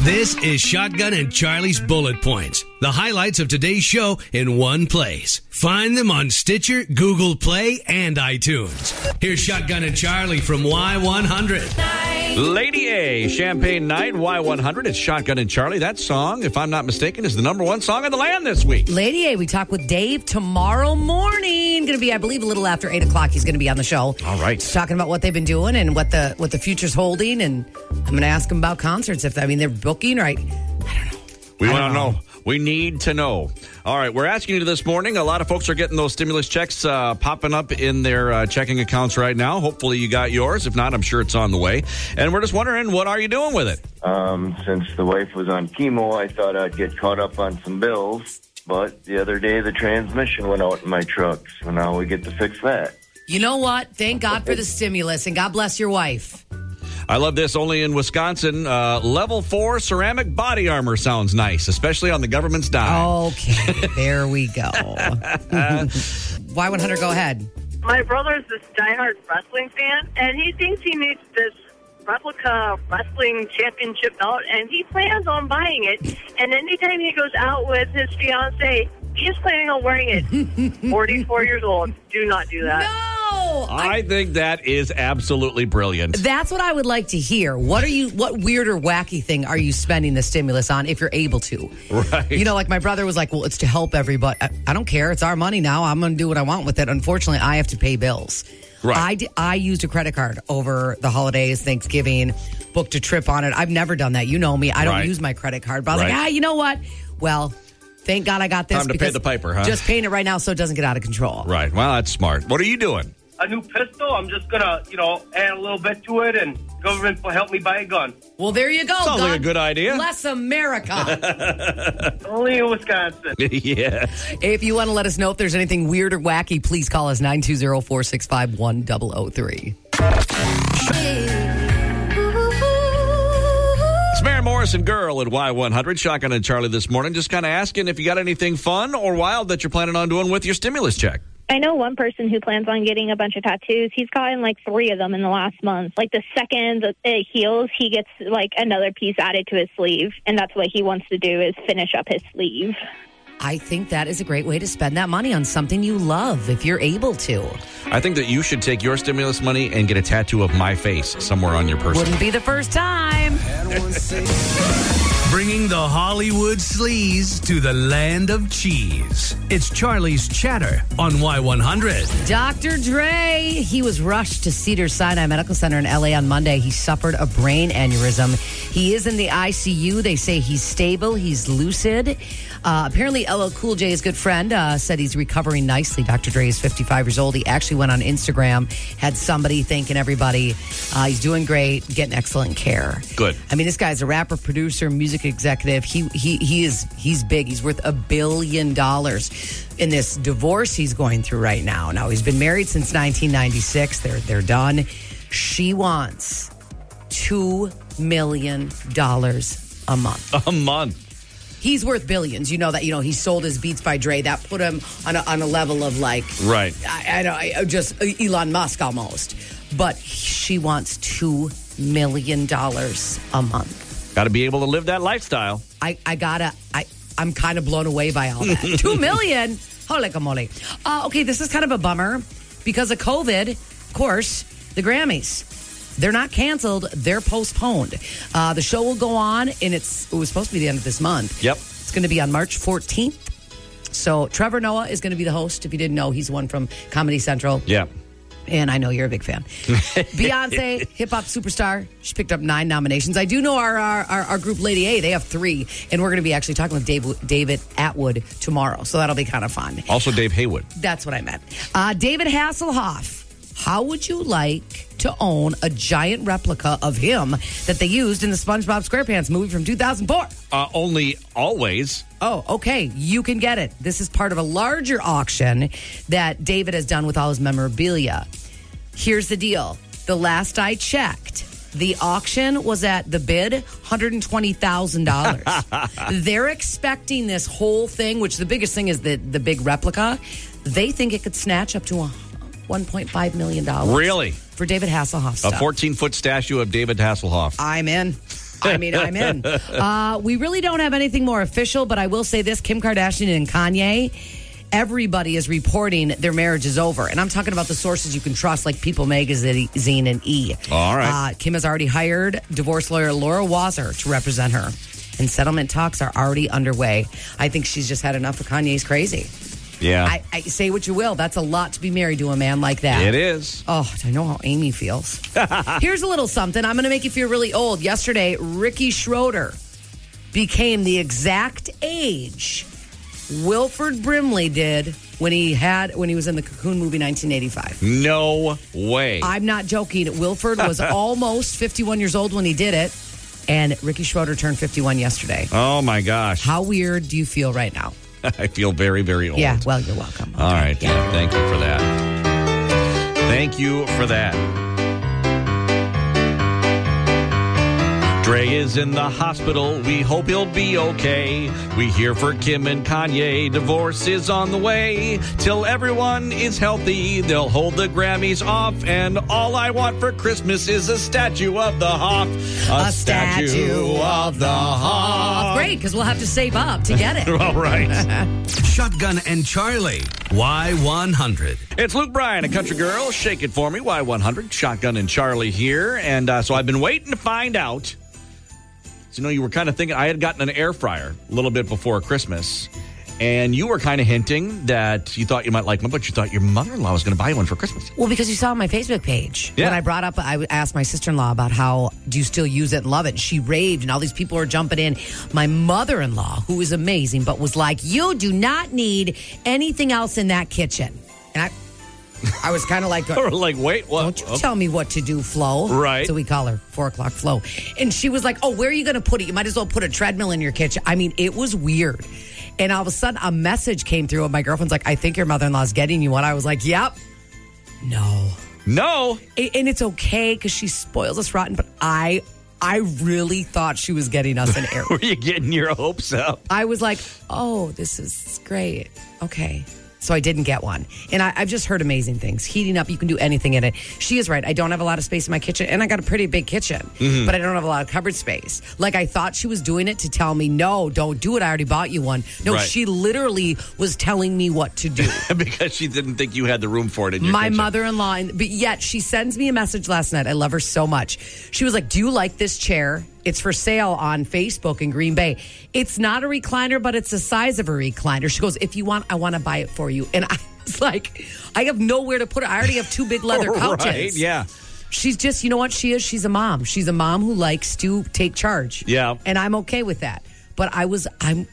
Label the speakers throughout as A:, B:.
A: This is Shotgun and Charlie's Bullet Points, the highlights of today's show in one place. Find them on Stitcher, Google Play, and iTunes. Here's Shotgun and Charlie from Y100.
B: Lady A, Champagne Night, Y100. It's Shotgun and Charlie. That song, if I'm not mistaken, is the number one song in the land this week.
C: Lady A, we talk with Dave tomorrow morning. Going to be, I believe, a little after eight o'clock. He's going to be on the show.
B: All right.
C: Just talking about what they've been doing and what the what the future's holding, and I'm going to ask him about concerts. If I mean they're booking, right?
B: We
C: I
B: want to
C: don't know.
B: know. We need to know. All right, we're asking you this morning. A lot of folks are getting those stimulus checks uh, popping up in their uh, checking accounts right now. Hopefully, you got yours. If not, I'm sure it's on the way. And we're just wondering, what are you doing with it?
D: Um, since the wife was on chemo, I thought I'd get caught up on some bills. But the other day, the transmission went out in my truck, so now we get to fix that.
C: You know what? Thank God for the stimulus, and God bless your wife.
B: I love this. Only in Wisconsin, uh, level four ceramic body armor sounds nice, especially on the government's dime.
C: Oh. Okay, there we go. Y100, go ahead.
E: My brother's this diehard wrestling fan, and he thinks he needs this replica wrestling championship belt, and he plans on buying it. And anytime he goes out with his fiance, he's planning on wearing it. 44 years old. Do not do that.
C: No,
B: I think that is absolutely brilliant.
C: That's what I would like to hear. What are you? What weird or wacky thing are you spending the stimulus on if you're able to?
B: Right.
C: You know, like my brother was like, "Well, it's to help everybody." I, I don't care. It's our money now. I'm going to do what I want with it. Unfortunately, I have to pay bills.
B: Right.
C: I di- I used a credit card over the holidays, Thanksgiving, booked a trip on it. I've never done that. You know me. I don't
B: Right.
C: use my credit card. But I was
B: Right.
C: like, ah, you know what? Well, thank God I got this.
B: Time to pay
C: because
B: the piper, huh?
C: Just paying it right now so it doesn't get out of control.
B: Right. Well, that's smart. What are you doing?
F: a new pistol. I'm just gonna, you know, add a little bit to it, and government will help me buy a gun.
C: Well, there you go.
B: Sounds like
C: God
B: a good idea.
C: Bless America.
F: Only in Wisconsin.
B: yes.
C: If you want to let us know if there's anything weird or wacky, please call us 920 465 1003.
B: It's Mary Morrison Girl at Y100. Shotgun and Charlie this morning. Just kind of asking if you got anything fun or wild that you're planning on doing with your stimulus check.
G: I know one person who plans on getting a bunch of tattoos. He's gotten like three of them in the last month. Like the second it heals, he gets like another piece added to his sleeve, and that's what he wants to do is finish up his sleeve.
C: I think that is a great way to spend that money on something you love if you're able to.
B: I think that you should take your stimulus money and get a tattoo of my face somewhere on your person.
C: Wouldn't be the first time.
A: Bringing the Hollywood sleaze to the land of cheese. It's Charlie's Chatter on Y100.
C: Dr. Dre, he was rushed to Cedar Sinai Medical Center in LA on Monday. He suffered a brain aneurysm. He is in the ICU. They say he's stable, he's lucid. Uh, apparently, LL Cool J's good friend uh, said he's recovering nicely. Dr. Dre is 55 years old. He actually went on Instagram, had somebody thanking everybody. Uh, he's doing great, getting excellent care.
B: Good.
C: I mean, this guy's a rapper, producer, music executive. He he he is he's big. He's worth a billion dollars. In this divorce he's going through right now. Now he's been married since 1996. They're they're done. She wants two million dollars a month.
B: A month.
C: He's worth billions. You know that. You know he sold his Beats by Dre. That put him on a, on a level of like
B: Right.
C: I, I don't. I just uh, Elon Musk almost. But she wants two million dollars a month.
B: Got to be able to live that lifestyle.
C: I, I gotta I I'm kind of blown away by all that. Two million, holy moly! Uh, okay, this is kind of a bummer because of COVID. Of course, the Grammys. They're not canceled. They're postponed. Uh, the show will go on, and it's it was supposed to be the end of this month.
B: Yep.
C: it's going to be on March 14th. So Trevor Noah is going to be the host. If you didn't know, he's one from Comedy Central
B: Yeah.
C: and I know you're a big fan. Beyonce, hip hop superstar, she picked up nine nominations. I do know our our, our, our group Lady A, they have three, and we're going to be actually talking with Dave, David Atwood tomorrow, so that'll be kind of fun.
B: Also, Dave Haywood.
C: That's what I meant. Uh, David Hasselhoff. How would you like to own a giant replica of him that they used in the SpongeBob SquarePants movie from 2004?
B: Uh, only always.
C: Oh, okay. You can get it. This is part of a larger auction that David has done with all his memorabilia. Here's the deal the last I checked, the auction was at the bid $120,000. They're expecting this whole thing, which the biggest thing is the, the big replica. They think it could snatch up to a $1.5 million.
B: Really?
C: For David Hasselhoff
B: A
C: stuff.
B: 14 foot statue of David Hasselhoff.
C: I'm in. I mean, I'm in. Uh, we really don't have anything more official, but I will say this Kim Kardashian and Kanye, everybody is reporting their marriage is over. And I'm talking about the sources you can trust, like People Magazine and E.
B: All right.
C: Uh, Kim has already hired divorce lawyer Laura Wasser to represent her. And settlement talks are already underway. I think she's just had enough of Kanye's crazy.
B: Uh. Yeah.
C: I, I say what you will. That's a lot to be married to a man like that.
B: it is.
C: Oh, I know how Amy feels. Here's a little something. I'm going to make you feel really old. Yesterday, Ricky Schroeder became the exact age Wilford Brimley did when he had when he was in the Cocoon movie
B: Mm.
C: 1985.
B: No way.
C: I'm not joking. Wilford was almost 51 years old when he did it, and Ricky Schroeder turned 51 yesterday.
B: oh my gosh.
C: How weird do you feel right now?
B: I feel very, very old. Oh.
C: Yeah. Well, you're welcome.
B: All right.
C: Yeah.
B: Thank you for that. Thank you for that. Dre is in the hospital. We hope he'll be okay. We hear for Kim and Kanye. Divorce is on the way. Till everyone is healthy, they'll hold the Grammys off. And all I want for Christmas is a statue of the Hoff.
C: A statue of the
B: Hoff.
C: Great, because we'll have to save up to get it.
B: All right.
A: Shotgun and Charlie, Y100.
B: It's Luke Bryan, a country girl. Shake it for me. Y100, Shotgun and Charlie here. And uh, so I've been waiting to find out. So, you know, you were kind of thinking, I had gotten an air fryer a little bit before Christmas. And you were kind of hinting that you thought you might like one, but you thought your mother in law was going to buy one for Christmas.
C: Well, because you saw on my Facebook page
B: Yeah.
C: when I brought up, I asked my sister in law about how do you still use it and love it. And she raved, and all these people are jumping in. My mother in law, who is amazing, but was like, "You do not need anything else in that kitchen." And I, I was kind of like,
B: Or like, wait, what?
C: Don't you tell me what to do, Flo.
B: Oh. Right.
C: So we call her four o'clock Flo. And she was like, Oh, where are you going to put it? You might as well put a treadmill in your kitchen. I mean, it was weird. And all of a sudden, a message came through, and my girlfriend's like, I think your mother in law's getting you one. I was like, Yep. No.
B: no.
C: A- And it's okay because she spoils us rotten, but I. I really thought she was getting us an air.
B: Were you getting your hopes up?
C: I was like, oh, this is great. Okay. So I didn't get one. And I, I've just heard amazing things. Heating up, you can do anything in it. She is right. I don't have a lot of space in my kitchen, and I got a pretty big kitchen, but I don't have a lot of cupboard space. Like I thought she was doing it to tell me, no, don't do it. I already bought you one. No,
B: Right.
C: she literally was telling me what to do.
B: because she didn't think you had the room for it in your
C: My
B: kitchen.
C: mother-in-law, and- but yet she sends me a message last night. I love her so much. She was like, "Do you like this chair? It's for sale on Facebook in Green Bay. It's not a recliner, but it's the size of a recliner." She goes, "If you want, I want to buy it for you." And I was like, "I have nowhere to put it. I already have two big leather couches."
B: Right, yeah.
C: She's just, you know what she is? She's a mom. She's a mom who likes to take charge.
B: Yeah.
C: And I'm okay with that. But I was, I'm,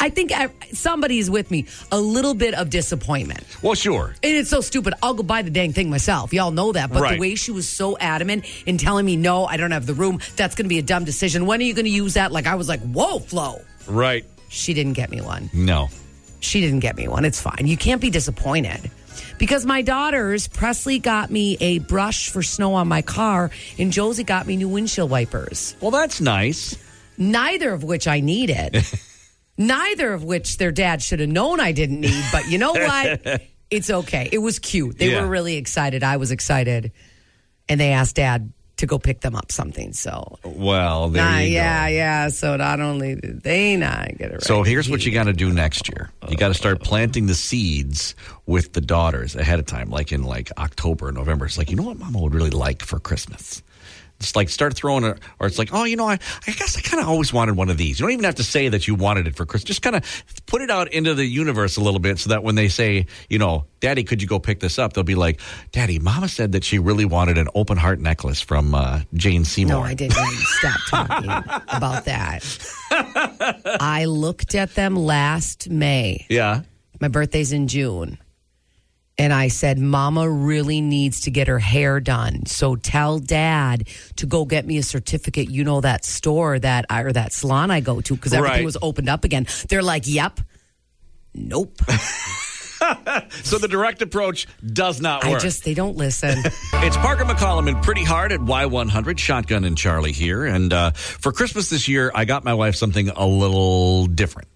C: I think I, somebody's with me. A little bit of disappointment.
B: Well, sure.
C: And it's so stupid. I'll go buy the dang thing myself. Y'all know that. But
B: Right.
C: the way she was so adamant in telling me, no, I don't have the room, that's going to be a dumb decision. When are you going to use that? Like, I was like, whoa, Flo.
B: Right.
C: She didn't get me one.
B: No.
C: She didn't get me one. It's fine. You can't be disappointed. Because my daughters, Presley got me a brush for snow on my car, and Josie got me new windshield wipers,
B: Well, that's nice.
C: neither of which I needed. neither of which their dad should have known I didn't need. But you know what? it's okay. It was cute. They
B: Yeah.
C: were really excited. I was excited. And they asked dad to go pick them up something. So,
B: Well, Oh, there
C: Nah,
B: you go.
C: yeah, yeah. So, not only did they not get it right.
B: So here's what you got to do next year. You got to start
C: Uh-huh.
B: planting the seeds with the daughters ahead of time, like in like October, November. It's like you know what Mama would really like for Christmas. It's like start throwing it, or it's like oh you know I I guess I kind of always wanted one of these. You don't even have to say that you wanted it for Christmas. Just kind of put it out into the universe a little bit, so that when they say you know Daddy, could you go pick this up? They'll be like Daddy, Mama said that she really wanted an open heart necklace from uh, Jane Seymour.
C: No, I didn't stop talking about that. I looked at them last May.
B: Yeah.
C: My birthday's in June. And I said, Mama really needs to get her hair done. So tell dad to go get me a certificate. You know, that store that I, or that salon I go to because everything
B: Right.
C: was opened up again. They're like, yep. Nope.
B: So the direct approach does not
C: I
B: work.
C: just, they don't listen.
B: It's Parker McCollum and Pretty Hard at Y100, Shotgun and Charlie here. And uh, for Christmas this year, I got my wife something a little different.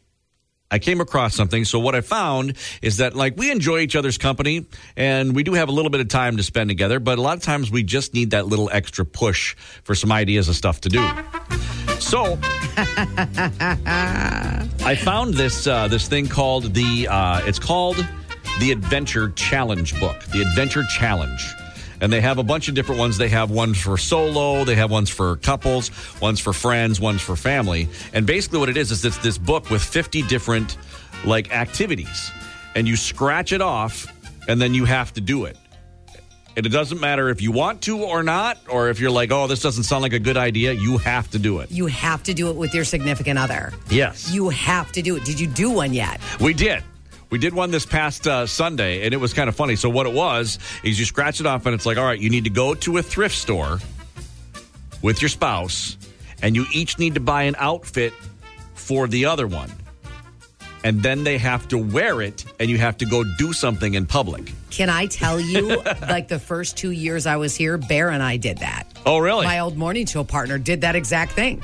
B: I came across something. So what I found is that like we enjoy each other's company and we do have a little bit of time to spend together, but a lot of times we just need that little extra push for some ideas and stuff to do. So I found this uh, this thing called the uh, it's called the Adventure Challenge book, the Adventure Challenge. And they have a bunch of different ones. They have ones for solo, they have ones for couples, ones for friends, ones for family. And basically, what it is is it's this book with 50 different like activities, and you scratch it off, and then you have to do it. And it doesn't matter if you want to or not, or if you're like, oh, this doesn't sound like a good idea, you have to do it.
C: You have to do it with your significant other.
B: Yes.
C: You have to do it. Did you do one yet?
B: We did. We did one this past uh, Sunday, and it was kind of funny. So what it was is you scratch it off, and it's like, all right, you need to go to a thrift store with your spouse, and you each need to buy an outfit for the other one, and then they have to wear it, and you have to go do something in public.
C: Can I tell you, like the first two years I was here, Bear and I did that.
B: Oh, really?
C: My old morning show partner did that exact thing.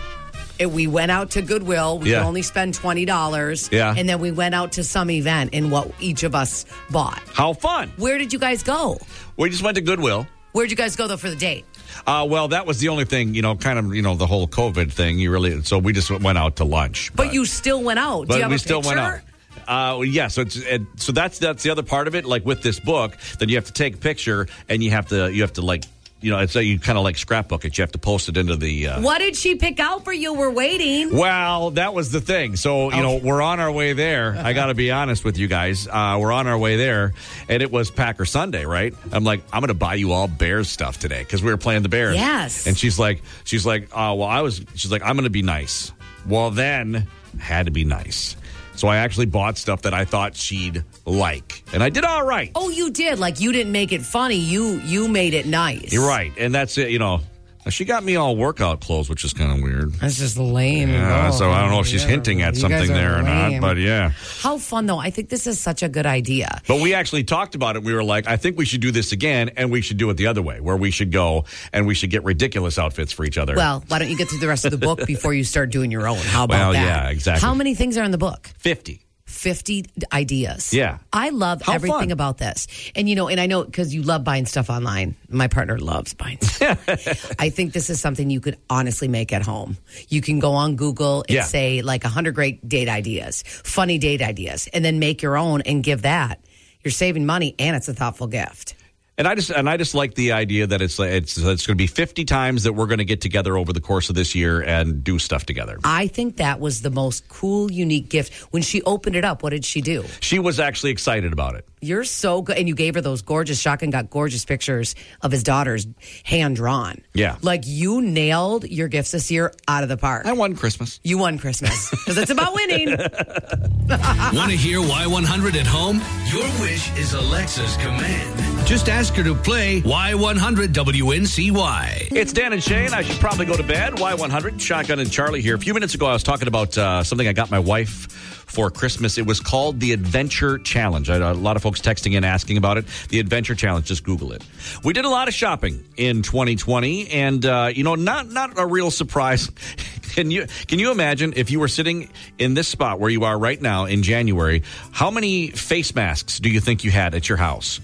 C: It, we went out to Goodwill. We
B: Yeah.
C: could only spend twenty dollars.
B: Yeah.
C: And then we went out to some event and what each of us bought.
B: How fun!
C: Where did you guys go?
B: We just went to Goodwill.
C: Where'd you guys go though for the date?
B: Uh, well, that was the only thing, you know, kind of, you know, the whole COVID thing. You really, so we just went out to lunch.
C: But you still went out. Oh, Do
B: Uh, but
C: you have
B: we
C: a
B: still
C: picture?
B: went out. Uh, well, yeah, so it's, and so that's that's the other part of it. Like with this book, then you have to take a picture and you have to you have to like you know it's like you kind of like scrapbook it. You have to post it into the. Uh,
C: What did she pick out for you? We're waiting.
B: well, that was the thing. So, you know, we're on our way there. I got to be honest with you guys. Uh, we're on our way there, and it was Packer Sunday, right? I'm like, I'm going to buy you all Bears stuff today because we were playing the Bears.
C: Yes.
B: And she's like, she's like, oh, well, I was, she's like, I'm going to be nice. Well, then, had to be nice. So I actually bought stuff that I thought she'd like, and I did all right.
C: Oh, you did. Like you didn't make it funny. You you made it nice.
B: You're right. And that's it, you know. Now, She got me all workout clothes, which is kind of weird.
C: That's just lame.
B: Yeah,
C: Oh,
B: so I don't know if
C: you
B: she's
C: guys are-
B: hinting at
C: you guys
B: something
C: are
B: there or not,
C: lame.
B: but yeah.
C: how fun though! I think this is such a good idea.
B: But we actually talked about it. We were like, I think we should do this again, and we should do it the other way, where we should go and we should get ridiculous outfits for each other.
C: Well, why don't you get through the rest of the book before you start doing your own? How about
B: Well,
C: that?
B: yeah, exactly.
C: How many things are in the book?
B: 50.
C: 50 ideas.
B: Yeah.
C: I love
B: How
C: everything
B: fun.
C: about this. And you know, and I know because you love buying stuff online. My partner loves buying stuff. I think this is something you could honestly make at home. You can go on Google and
B: Yeah.
C: say like 100 great date ideas, funny date ideas, and then make your own and give that. You're saving money and it's a thoughtful gift.
B: And I just and I just like the idea that it's like- it's it's going to be 50 times that we're going to get together over the course of this year and do stuff together.
C: I think that was the most cool, unique gift. When she opened it up, what did she do?
B: She was actually excited about it.
C: You're so good. And you gave her those gorgeous, Shotgun got gorgeous pictures of his daughters hand drawn.
B: Yeah.
C: Like you nailed your gifts this year out of the park.
B: I won Christmas.
C: you won Christmas because it's about winning.
A: Want to hear Y100 at home? Your wish is Alexa's command. Just ask her to play Y100 WNCY.
B: It's Dan and Shane. I should probably go to bed. Y100, Shotgun and Charlie here. A few minutes ago, I was talking about uh, something I got my wife for Christmas. It was called the Adventure Challenge. I had a lot of folks texting in asking about it. The Adventure Challenge, just Google it. We did a lot of shopping in 2020, and uh, you know, not not a real surprise. Can you can you imagine if you were sitting in this spot where you are right now in January? How many face masks do you think you had at your house?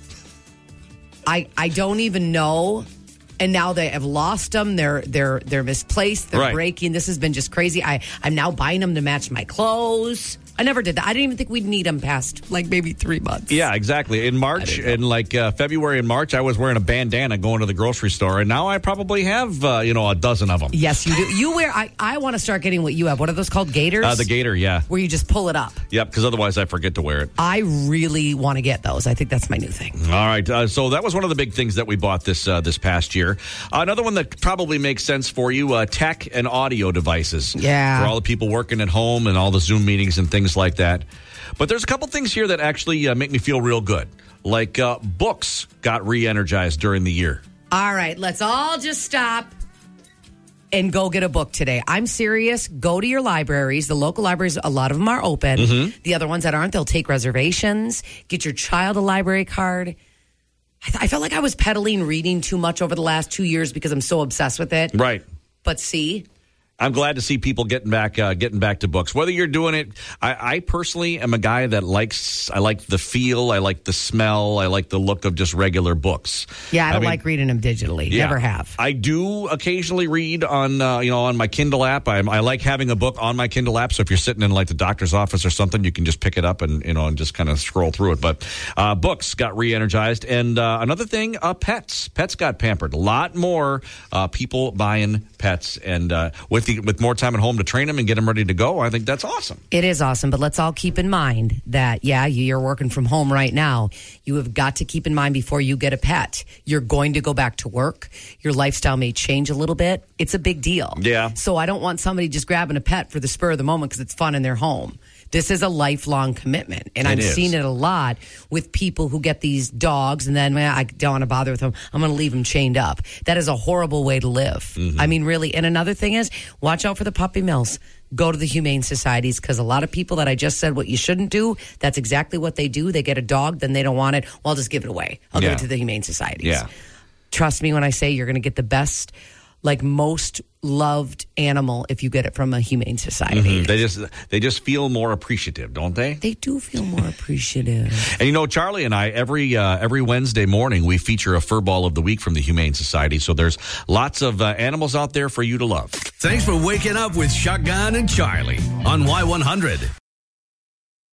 C: I, I don't even know. And now they have lost them. They're they're they're misplaced. They're
B: Right.
C: breaking. This has been just crazy. I I'm now buying them to match my clothes. I never did that. I didn't even think we'd need them past like maybe three months.
B: Yeah, exactly. In March, in like uh, February and March, I was wearing a bandana going to the grocery store, and now I probably have uh, you know a dozen of them.
C: Yes, you do. You wear. I I want to start getting what you have. What are those called? Gators.
B: Uh, the gator, yeah,
C: Where you just pull it up.
B: yep. Because otherwise, I forget to wear it.
C: I really want to get those. I think that's my new thing.
B: All right. Uh, so that was one of the big things that we bought this uh, this past year. Another one that probably makes sense for you: uh, tech and audio devices.
C: Yeah.
B: For all the people working at home and all the Zoom meetings and things like that. But there's a couple things here that actually uh, make me feel real good. Like uh, books got re-energized during the year.
C: All right, let's all just stop and go get a book today. I'm serious. Go to your libraries. The local libraries, a lot of them are open.
B: Mm-hmm.
C: The other ones that aren't, they'll take reservations. Get your child a library card. I, th- I felt like I was peddling reading too much over the last two years because I'm so obsessed with it.
B: Right.
C: But see,
B: I'm glad to see people getting back, uh, getting back to books. Whether you're doing it, I, I personally am a guy that likes. I like the feel. I like the smell. I like the look of just regular books.
C: Yeah, I don't
B: mean,
C: like reading them digitally.
B: yeah.
C: Never have.
B: I do occasionally read on uh, you know on my Kindle app. I, I like having a book on my Kindle app. So if you're sitting in like the doctor's office or something, you can just pick it up and you know and just kind of scroll through it. But uh, books got re-energized, and uh, another thing, uh, pets. Pets got pampered. A lot more uh, people buying pets, and uh, with the, with more time at home to train them and get them ready to go. I think that's awesome.
C: It is awesome, but let's all keep in mind that, yeah, you- you're working from home right now. You have got to keep in mind before you get a pet, you're going to go back to work. Your lifestyle may change a little bit. It's a big deal.
B: Yeah.
C: So I don't want somebody just grabbing a pet for the spur of the moment because it's fun in their home. This is a lifelong commitment. And
B: It
C: I'm
B: is.
C: seeing it a lot with people who get these dogs and then, man, I don't want to bother with them. I'm going to leave them chained up. That is a horrible way to live.
B: Mm-hmm.
C: I mean, really. And another thing is watch out for the puppy mills. Go to the humane societies because a lot of people that I just said what you shouldn't do, that's exactly what they do. They get a dog, then they don't want it. Well, I'll just give it away. I'll
B: Yeah.
C: give it to the humane societies.
B: Yeah.
C: Trust me when I say you're going to get the best, like most loved animal if you get it from a humane society.
B: They just they just feel more appreciative, don't they?
C: They do feel more appreciative.
B: And you know, Charlie and I every uh, every Wednesday morning we feature a furball of the week from the Humane Society. So there's lots of uh, animals out there for you to love.
A: Thanks for waking up with Shotgun and Charlie on Y100.